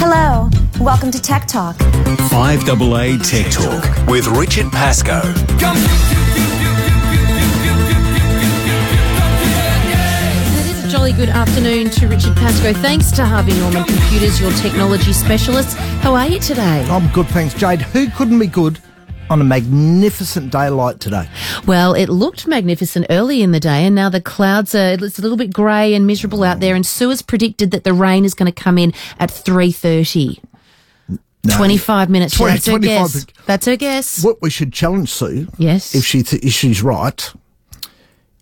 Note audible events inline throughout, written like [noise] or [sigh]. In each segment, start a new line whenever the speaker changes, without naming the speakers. Hello, welcome to Tech Talk.
5AA Tech Talk with Richard Pascoe.
It is a jolly good afternoon to Richard Pascoe. Thanks to Harvey Norman Computers, your technology specialist. How are you today?
I'm good, thanks, Jade. Who couldn't be good on a magnificent day like today?
Well, it looked magnificent early in the day, and now the clouds are. It's a little bit grey and miserable out there. And Suez predicted that the rain is going to come in at three thirty. Twenty-five minutes.
Twenty-
That's her
25
guess. That's her guess.
What we should challenge Sue,
Yes.
if she th- if she's right,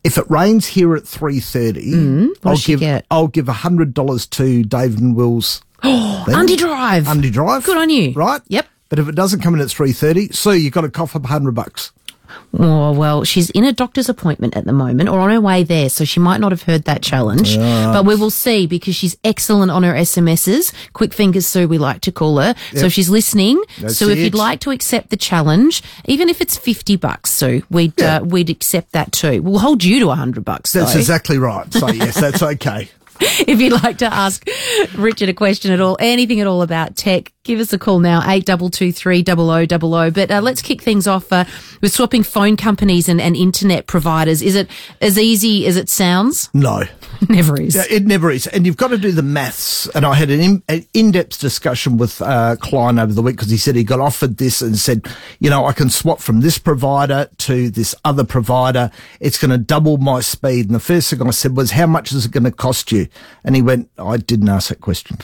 if it rains here at three thirty, I'll
Mm, does she
give
get?
I'll give hundred dollars to David and Will's
Undy Drive.
Undy Drive.
Good on you.
right?
Yep.
But if it doesn't come in at three thirty, Sue, you've got to cough up hundred bucks.
Oh, well, she's in a doctor's appointment at the moment or on her way there, so she might not have heard that challenge. But we will see because she's excellent on her SMSs. Quick fingers Sue, we like to call her. So if she's listening,
That's
Sue, if
it.
you'd like to accept the challenge, even if it's 50 bucks, Sue, we'd, uh, we'd accept that too. We'll hold you to 100 bucks, though.
That's exactly right. So
[laughs]
yes, that's okay.
if you'd like to ask Richard a question at all, anything at all about tech, give us a call now, 82230000. But uh, let's kick things off uh, with swapping phone companies and, and internet providers. Is it as easy as it sounds? [laughs]
No.
Never is.
Yeah, it never is. And you've got to do the maths. And I had an, in, an in-depth discussion with uh, Klein over the week because he said he got offered this and said, you know, I can swap from this provider to this other provider. It's going to double my speed. And the first thing I said was, how much is it going to cost you? And he went, I didn't ask that question.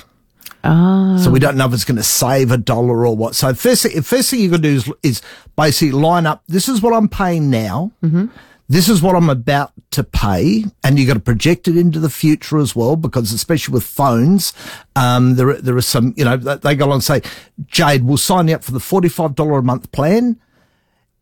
So we don't know if it's going to save a dollar or what. So first, thing- first thing you can do is, is basically line up. This is what I'm paying now. Mm-hmm. This is what I'm about to pay, and you got to project it into the future as well, because especially with phones, um, there are- there are some you know they they go along and say, Jade, we'll sign you up for the forty five dollar a month plan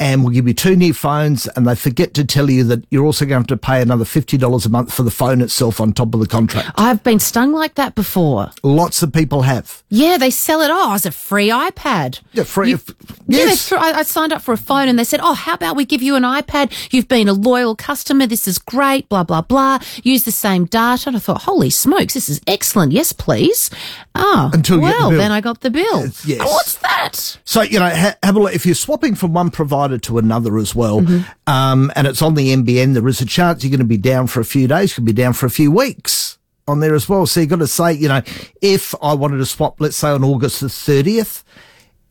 and we'll give you two new phones and they forget to tell you that you're also going to have to pay another $50 a month for the phone itself on top of the contract.
I've been stung like that before.
Lots of people have.
Yeah, they sell it. Oh, it's a free iPad.
Yeah, free-
You-
f-
Yeah, they
yes.
threw- I, I signed up for a phone and they said, oh, how about we give you an iPad? You've been a loyal customer. This is great. Blah, blah, blah. Use the same data. And I thought, holy smokes, this is excellent. Yes, please. Ah,
Until you get the
well,
bill.
then I got the bill.
Yes, yes.
Oh, what's that?
So, you know, ha- have a look. If you're swapping from one provider to another as well, um, and it's on the NBN, there is a chance you're going to be down for a few days, you could be down for a few weeks on there as well. So you've got to say, you know, if I wanted to swap, let's say on August the 30th,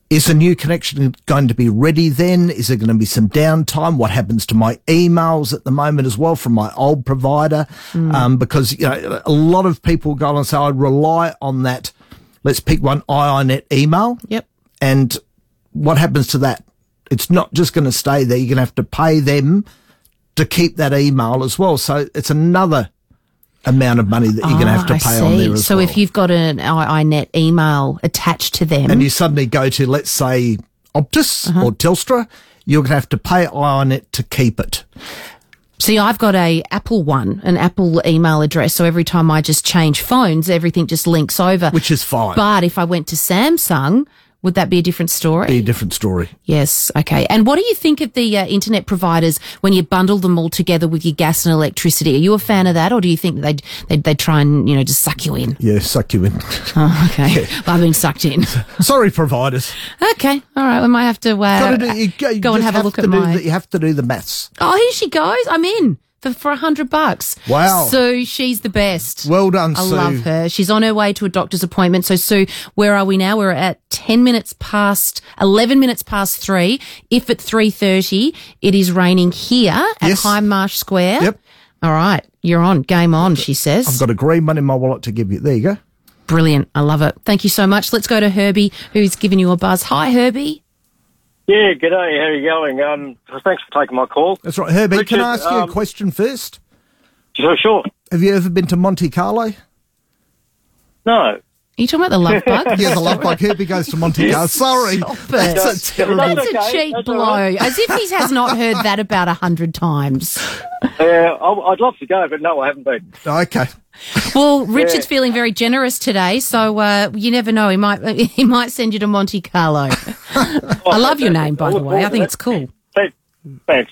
is the new connection going to be ready then? Is there going to be some downtime? What happens to my emails at the moment as well from my old provider? Um, because, you know, a lot of people go on and say, I rely on that. Let's pick one IINet email.
Yep.
And what happens to that? It's not just going to stay there. You're going to have to pay them to keep that email as well. So it's another amount of money that you're going to have to
Ah, I
pay on
see.
there as
so
well.
if you've got an iinet email attached to them,
and you suddenly go to, let's say, Optus
Uh-huh.
or Telstra, you're going to have to pay IONET to keep it.
See, I've got a Apple one, an Apple email address. So every time I just change phones, everything just links over.
Which is fine.
But if I went to Samsung, would that be a different story?
Be a different story.
yes. Okay. And what do you think of the uh, internet providers when you bundle them all together with your gas and electricity? Are you a fan of that, or do you think they they they try and you know just suck you in? [laughs]
Yeah, suck you in.
Oh, okay. Well, I've been sucked in.
[laughs] Sorry, providers.
okay. All right. We might have to uh,
Gotta do- you go you
go and
just
have, a look
to
at
do
my.
the- you have to do the maths.
Oh, here she goes. I'm in for for a hundred bucks.
Wow.
So she's the best.
Well done,
I
Sue.
love her. She's on her way to a doctor's appointment. So, Sue, where are we now? We're at 10 minutes past, 11 minutes past three. If at 3.30 it is raining here at
Yes.
High Marsh Square.
Yep.
All right. You're on. Game on, she says.
I've got a green one in my wallet to give you. There you go.
Brilliant. I love it. Thank you so much. Let's go to Herbie, who's given you a buzz. Hi, Herbie.
Yeah, g'day. How are you going? Um, thanks for taking my call.
That's right. Herbie, can I
Richard,
ask you a
um,
question first?
Sure, sure.
Have you ever been to Monte Carlo?
No.
Are you talking about the love bug?
[laughs] Yeah, the
[laughs]
love bug. Herbie goes to Monte Carlo. Sorry. That's a terrible.
That's a
okay.
cheap
That's all
blow.
right.
As if he has not heard that about a hundred times.
Yeah, I, I'd love to go, but no, I haven't been.
Okay.
Well, Richard's feeling very generous today, so uh, you never know. He might [laughs] he might send you to Monte Carlo. I love your name, by the way. I think it's cool.
Thanks. Thanks.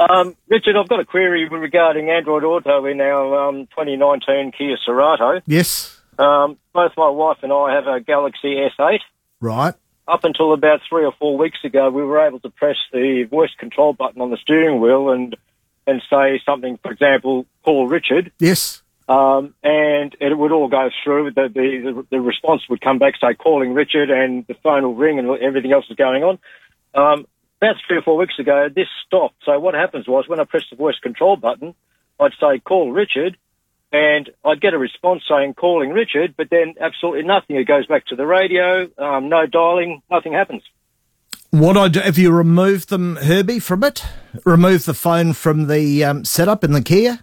Um, Richard, I've got a query regarding Android Auto in our um, 2019 Kia Cerato.
Yes.
Um, both my wife and I have a Galaxy S8.
Right.
Up until about three or four weeks ago, we were able to press the voice control button on the steering wheel and and say something, for example, call Richard,
Yes.
um, and it would all go through. The, the the response would come back, say calling Richard, and the phone will ring, and everything else is going on. Um, about three or four weeks ago, this stopped. So what happens was when I pressed the voice control button, I'd say call Richard, and I'd get a response saying calling Richard, but then absolutely nothing. It goes back to the radio, um, no dialing, nothing happens.
What I do, have you removed them, Herbie, from it? Remove the phone from the um, setup in the Kia?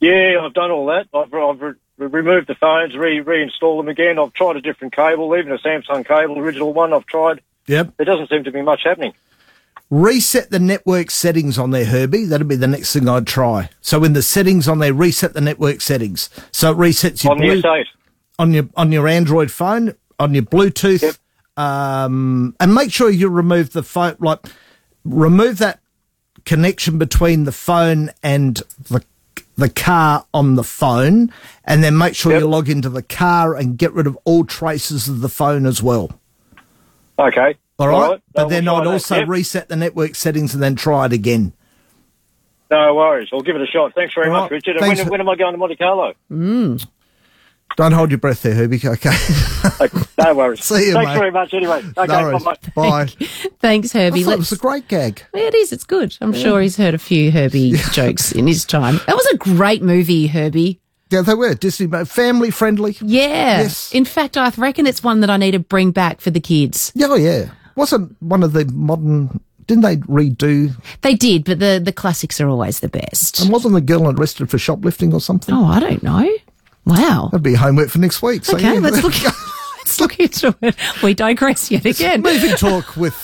Yeah, I've done all that. I've, I've re- removed the phones, re- reinstalled them again. I've tried a different cable, even a Samsung cable, original one. I've tried.
Yep.
There doesn't seem to be much happening.
Reset the network settings on there, Herbie. That'd be the next thing I'd try. So in the settings on there, reset the network settings. So it resets your
On the
blue-
S8,
on your on your Android phone, on your Bluetooth, um, and make sure you remove the phone. Like remove that connection between the phone and the the car on the phone, and then make sure
Yep.
you log into the car and get rid of all traces of the phone as well.
okay.
All right, but
No,
then
we'll
I'd
try that.
also
Yep.
reset the network settings and then try it again.
No worries. I'll give it a shot. Thanks very
All
much,
right.
Richard. And
Thanks
when,
for-
when am I going to Monte
[laughs]
Carlo?
Don't hold your breath there, Herbie. [laughs] Okay,
Okay, no worries.
See you,
Thanks
mate.
very much. Anyway, okay.
No worries.
bye-bye.
bye.
Thanks,
I
Herbie.
thought it was
[laughs] Let's,
a great gag.
Yeah, it is. It's good. I'm sure he's heard a few Herbie jokes in his time. That was a great movie, Herbie.
Yeah, they were Disney family friendly.
Yeah.
Yes.
In fact, I reckon it's one that I need to bring back for the kids.
Yeah, oh, yeah. Wasn't one of the modern? Didn't they redo?
They did, but the, the classics are always the best.
And wasn't the girl arrested for shoplifting or something?
Oh, I don't know. Wow.
That'd be homework for next week. So,
Okay,
yeah. [laughs]
let's look. Let's look into it. We digress yet again. [laughs]
Moving talk with.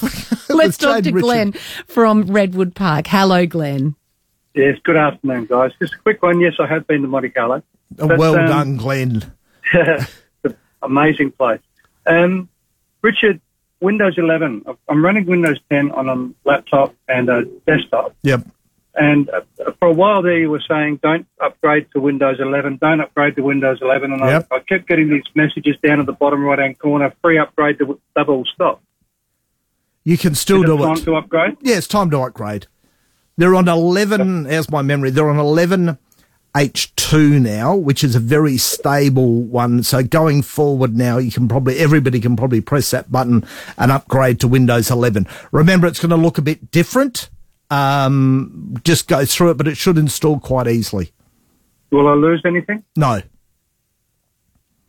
Let's
with
talk
Jane
to
Richard.
Glenn from Redwood Park. Hello, Glenn.
Yes, good afternoon, guys. Just a quick one. Yes, I have been to Monte Carlo.
Oh,
But,
well
um,
done, Glenn.
Amazing place. Um, Richard, Windows 11. I'm running Windows 10 on a laptop and a desktop.
Yep.
And uh, for a while there, you were saying, don't upgrade to Windows 11, don't upgrade to Windows 11. And
Yep.
I, I kept getting these messages down at the bottom right hand corner free upgrade to w- double stop.
You can still
Is it
do
time
it.
to upgrade?
Yeah, it's time to upgrade. They're on 11, How's my memory, they're on 11 H2 now, which is a very stable one. So going forward now, you can probably, everybody can probably press that button and upgrade to Windows 11. Remember, it's going to look a bit different. Um, just go through it, but it should install quite easily.
Will I lose anything?
No,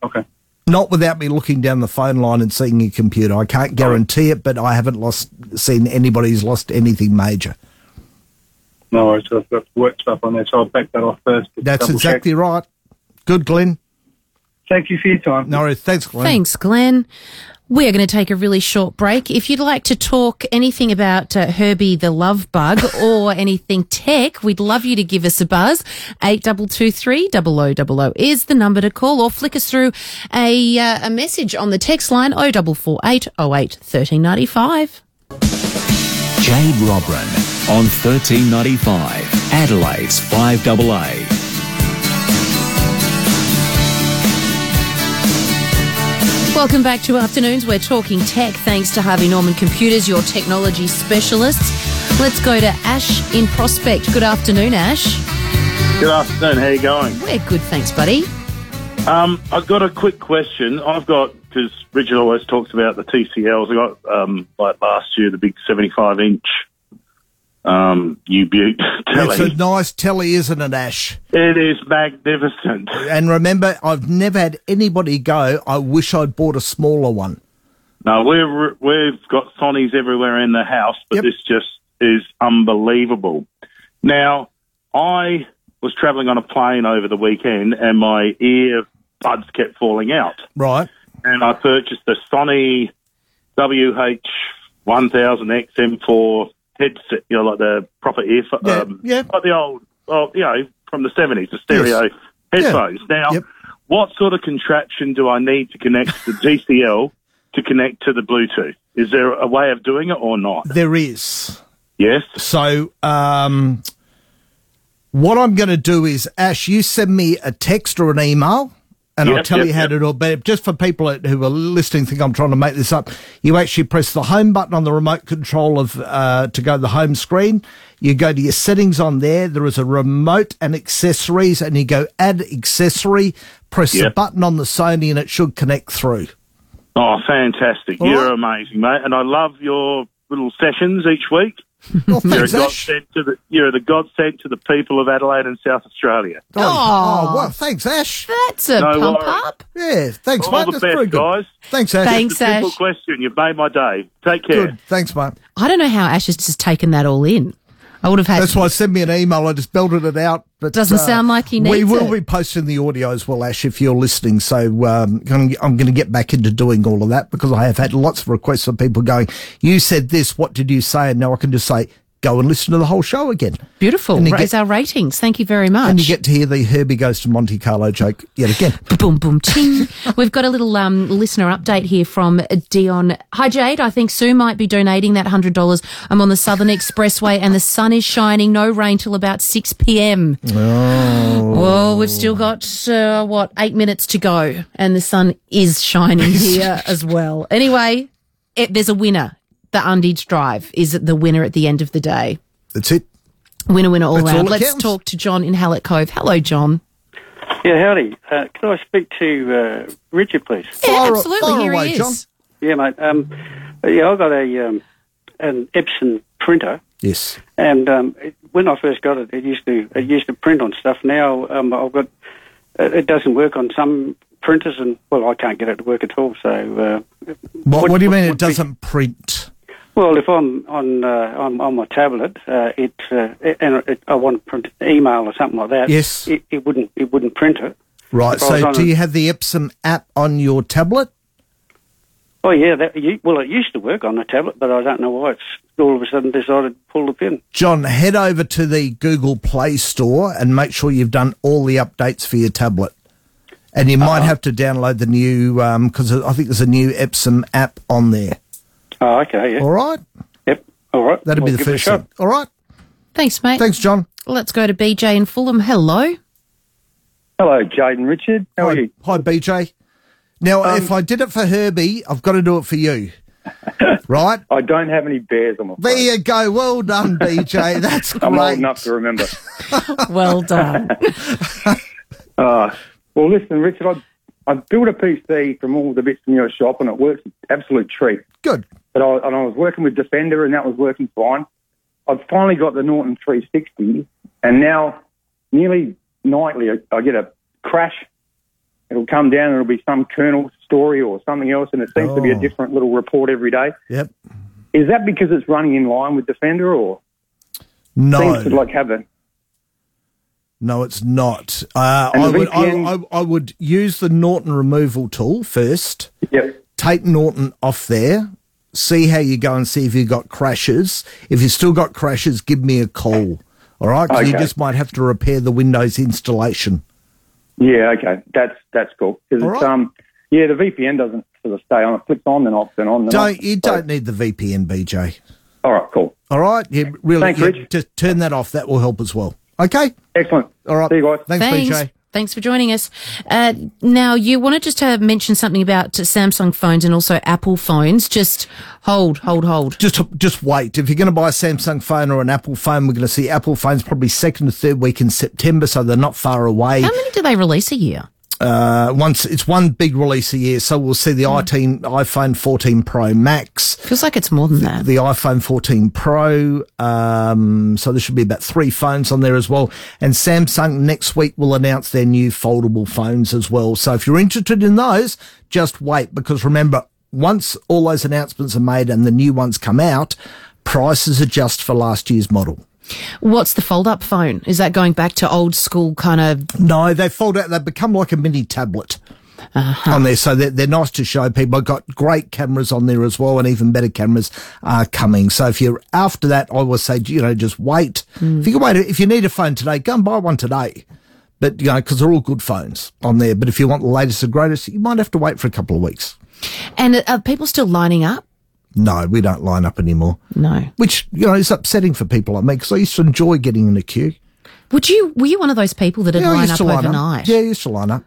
Okay.
not without me looking down the phone line and seeing your computer. I can't guarantee it, but I haven't lost, seen anybody's lost anything major.
No worries. I've got work stuff on there, so I'll back that off first.
That's
Double check.
exactly right. Good, Glenn.
Thank you for your time.
No, worries. thanks, Glenn.
Thanks, Glenn. We are going to take a really short break. If you'd like to talk anything about uh, Herbie the Love
[laughs]
Bug or anything tech, we'd love you to give us a buzz. 8223 0000 is the number to call or flick us through a, uh, a message on the text line 0448 08 1395.
Jade Robran on 1395, Adelaide's 5AA.
Welcome back to Afternoons. We're talking tech thanks to Harvey Norman Computers, your technology specialists. Let's go to Ash in Prospect. Good afternoon, Ash.
Good afternoon. How you going?
We're good, thanks, buddy.
Um, I've got a quick question. I've got because Richard always talks about the TCLs. I got um, like last year the big seventy-five inch um, U Butte
It's a
[laughs] telly.
nice telly, isn't it, Ash?
It is magnificent.
And remember, I've never had anybody go, I wish I'd bought a smaller one.
Now we've we've got Sonys everywhere in the house, but
Yep.
this just is unbelievable. Now I was travelling on a plane over the weekend, and my ear buds kept falling out.
Right.
and I purchased the Sony WH1000XM4 headset, you know, like the proper earphone,
Yeah,
um,
yeah.
like the old, well, you know, from the 70s, the stereo headphones. Now,
Yep.
what sort of contraption do I need to connect the GCL to connect to the Bluetooth? Is there a way of doing it or not?
There is.
Yes.
So, um, what I'm going to do is, Ash, you send me a text or an email and I'll
Yep,
tell
yep,
you how
yep.
to do it. But just for people that- who are listening, think I'm trying to make this up. You actually press the home button on the remote control of uh, to go to the home screen. You go to your settings on there. There is a remote and accessories, and you go add accessory. Press the
Yep.
button on the Sony, and it should connect
[laughs]
through.
Oh, fantastic.
All
You're
right.
amazing, mate. And I love your little sessions each week.
Oh,
You're a
thanks, Ash.
godsend to the you're the godsend to the people of Adelaide and South Australia.
Oh, oh, well, thanks, Ash.
That's a
No
pump
worries.
up.
Yeah, thanks,
All
mate.
the
That's
best,
very good.
guys.
Thanks, Ash.
Thanks,
Simple
Ash.
question. You've made my day. Take care.
Good. Thanks, mate.
I don't know how Ash has just taken that all in. I would have had.
That's why send me an email. I just belted it out. But uh,
Doesn't sound like he
We
needs
will
it.
be posting the audio as well, Ash, if you're listening. So um, gonna- I'm going to get back into doing all of that because I have had lots of requests from people going, "You said this. What did you say?" And now I can just say, "Go and listen to the whole show again."
Beautiful.
And you
Raise
get-
our ratings. Thank you very much.
And you get to hear the Herbie goes to Monte Carlo joke yet again.
Boom, boom, ting. We've got a little um, listener update here from Dion. Hi, Jade. I think Sue might be donating that $100. I'm on the Southern Expressway and the sun is shining. No rain till about 6 p.m.
Oh.
Well, we've still got, uh, what, eight minutes to go. And the sun is
[laughs]
shining here as well. Anyway, it, there's a winner. The Undage Drive is the winner at the end of the day.
That's it.
Winner, winner all
That's all
round.
that
Let's
counts.
talk to John in Hallett Cove. Hello, John.
Yeah, howdy. Uh, can I speak to uh, Richard, please?
Fire-
absolutely.
fire
here
away,
he is.
John.
Yeah, mate. Um, yeah, I've got a um, an Epson printer,
Yes.
and um, it, when I first got it, it used to it used to print on stuff. Now um, I've got it, it doesn't work on some printers, and well, I can't get it to work at all. So, uh,
What, what,
What-
do you mean
what-
it doesn't print?
well, if I'm on uh, on, on my tablet, uh, it uh, and it, I want to print email or something like that.
Yes.
it, it wouldn't it wouldn't print it.
Right.
If I was
So
on
do
a-
you have the Epson app on your tablet?
Oh yeah, that, you, well it used to work on the tablet, but I don't know why it's all of a sudden decided to pull the pin.
John, head over to the Google Play Store and make sure you've done all the updates for your tablet. And you
Uh-huh.
might have to download the new, because I think there's a new Epson app on there.
Oh, okay, yeah,
All right?
yep, all right.
That'd
I'll
be the
give it a
first
shot.
thing. All right?
Thanks, mate.
Thanks, John.
Let's go to BJ in Fulham. Hello.
Hello, Jade and Richard. How
hi,
are you? Um,
hi, BJ. Now, if I did it for Herbie, I've got to do it
[laughs]
for you. right?
I don't have any bears on my
There you go. Well done, BJ. That's great.
I'm old enough to remember.
[laughs]
[laughs]
Well done.
Uh, well, listen, Richard, I, I built a PC from all the bits from your shop, and it works an absolute treat.
Good.
But I, and I was working with Defender, and that was working fine. I've finally got the Norton 360, and now nearly nightly I, I get a crash. It'll come down, and it'll be some kernel story or something else, and it seems to be a
Oh.
different little report every day.
Yep.
Is that because it's running in line with Defender, or seems to
No,
like have a
no, it's not. Uh,
And
I,
the
would, I,
VPN
I, I would use the Norton removal tool first.
yep.
take Norton off there, see how you go and see if you got crashes. If you still got crashes, give me a call. All right, 'Cause you
Okay.
just might have to repair the Windows installation.
Yeah, okay, that's that's cool. 'Cause
All
it's,
right.
um, yeah, the VPN doesn't sort of stay on. It flips on and off and on. And
Don't
off.
you
So-
don't need the VPN, BJ.
All right, cool,
All right, you really
Thanks,
you
Rich.
just turn that off. That will help as well. Okay,
excellent.
all right.
see you guys.
Thanks,
Thanks.
BJ.
Thanks for joining us. Uh, now, you want to just uh, mention something about uh, Samsung phones and also Apple phones. Just hold, hold, hold.
Just just wait. If you're going to buy a Samsung phone or an Apple phone, we're going to see Apple phones probably second or third week in September, so they're not far away.
How many do they release a year?
Uh, once it's one big release a year, so we'll see the iTeen- iPhone 14 Pro Max.
Feels like it's more than that.
the iPhone 14 Pro. Um, so there should be about three phones on there as well. And Samsung next week will announce their new foldable phones as well. So if you're interested in those, just wait because remember, once all those announcements are made and the new ones come out, prices adjust for last year's model.
What's the fold up phone? Is that going back to old school kind of?
No, they fold out. They become like a mini tablet
Uh-huh.
on there, so they're, they're nice to show people. I've got great cameras on there as well, and even better cameras are coming. So if you're after that, I would say you know just wait.
Hmm.
If you can wait, if you need a phone today, go and buy one today. But you know, because they're all good phones on there. But if you want the latest and greatest, you might have to wait for a couple of weeks.
And are people still lining up?
No, we don't line up anymore,
No.
which you know is upsetting for people like me because I used to enjoy getting in a queue.
Would you? Were you one of those people that had
Yeah, I
line
used
up
to line
overnight?
up. Yeah, I used to line up.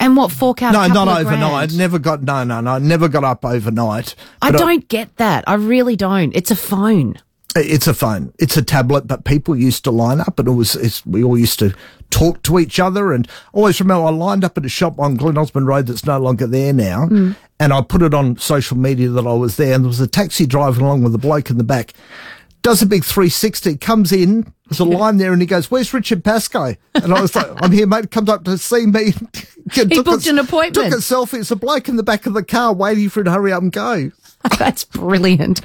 And what fork out? a
No,
couple
not
of
overnight.
grand?
Never got no, no, no. Never got up overnight.
I
But
don't get that. I really don't. It's a phone.
It's a phone. It's a tablet, but people used to line up and it was, it's, we all used to talk to each other. And I always remember I lined up at a shop on Glen Osmond Road that's no longer there now.
Hmm.
And I put it on social media that I was there and there was a taxi driving along with a bloke in the back. Does a big 360, comes in, there's a line there and he goes, where's Richard Pascoe? And I was like, I'm here, mate. Comes up to see me. [laughs] he
booked an appointment.
Took a selfie. It's a bloke in the back of the car waiting for him to hurry up and go.
[laughs] That's brilliant.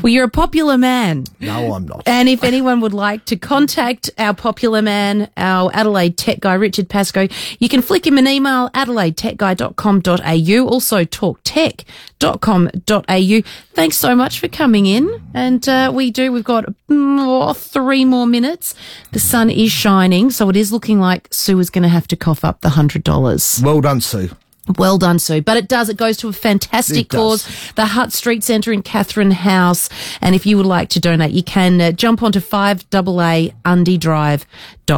Well, you're a popular man.
No, I'm not.
And if anyone would like to contact our popular man, our Adelaide tech guy, Richard Pascoe, you can flick him an email, adelaidetechguy.com.au, also talktech.com.au. Thanks so much for coming in. And uh, we do, we've got mm, oh, three more minutes. The sun is shining, so it is looking like Sue is going to have to cough up the $100.
Well done, Sue.
Well done, Sue. But it does. It goes to a fantastic
It does.
cause, the Hutt Street Centre in Catherine House. And if you would like to donate, you can uh, jump onto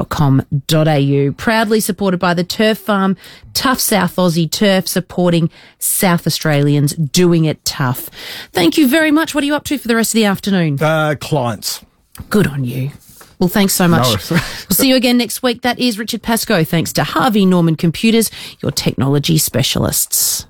5AAUndiedrive.com.au. Proudly supported by the Turf Farm, Tough South Aussie Turf, supporting South Australians doing it tough. Thank you very much. What are you up to for the rest of the afternoon?
Uh, clients.
Good on you. Well, thanks so much.
No. [laughs]
we'll see you again next week. That is Richard Pascoe. Thanks to Harvey Norman Computers, your technology specialists.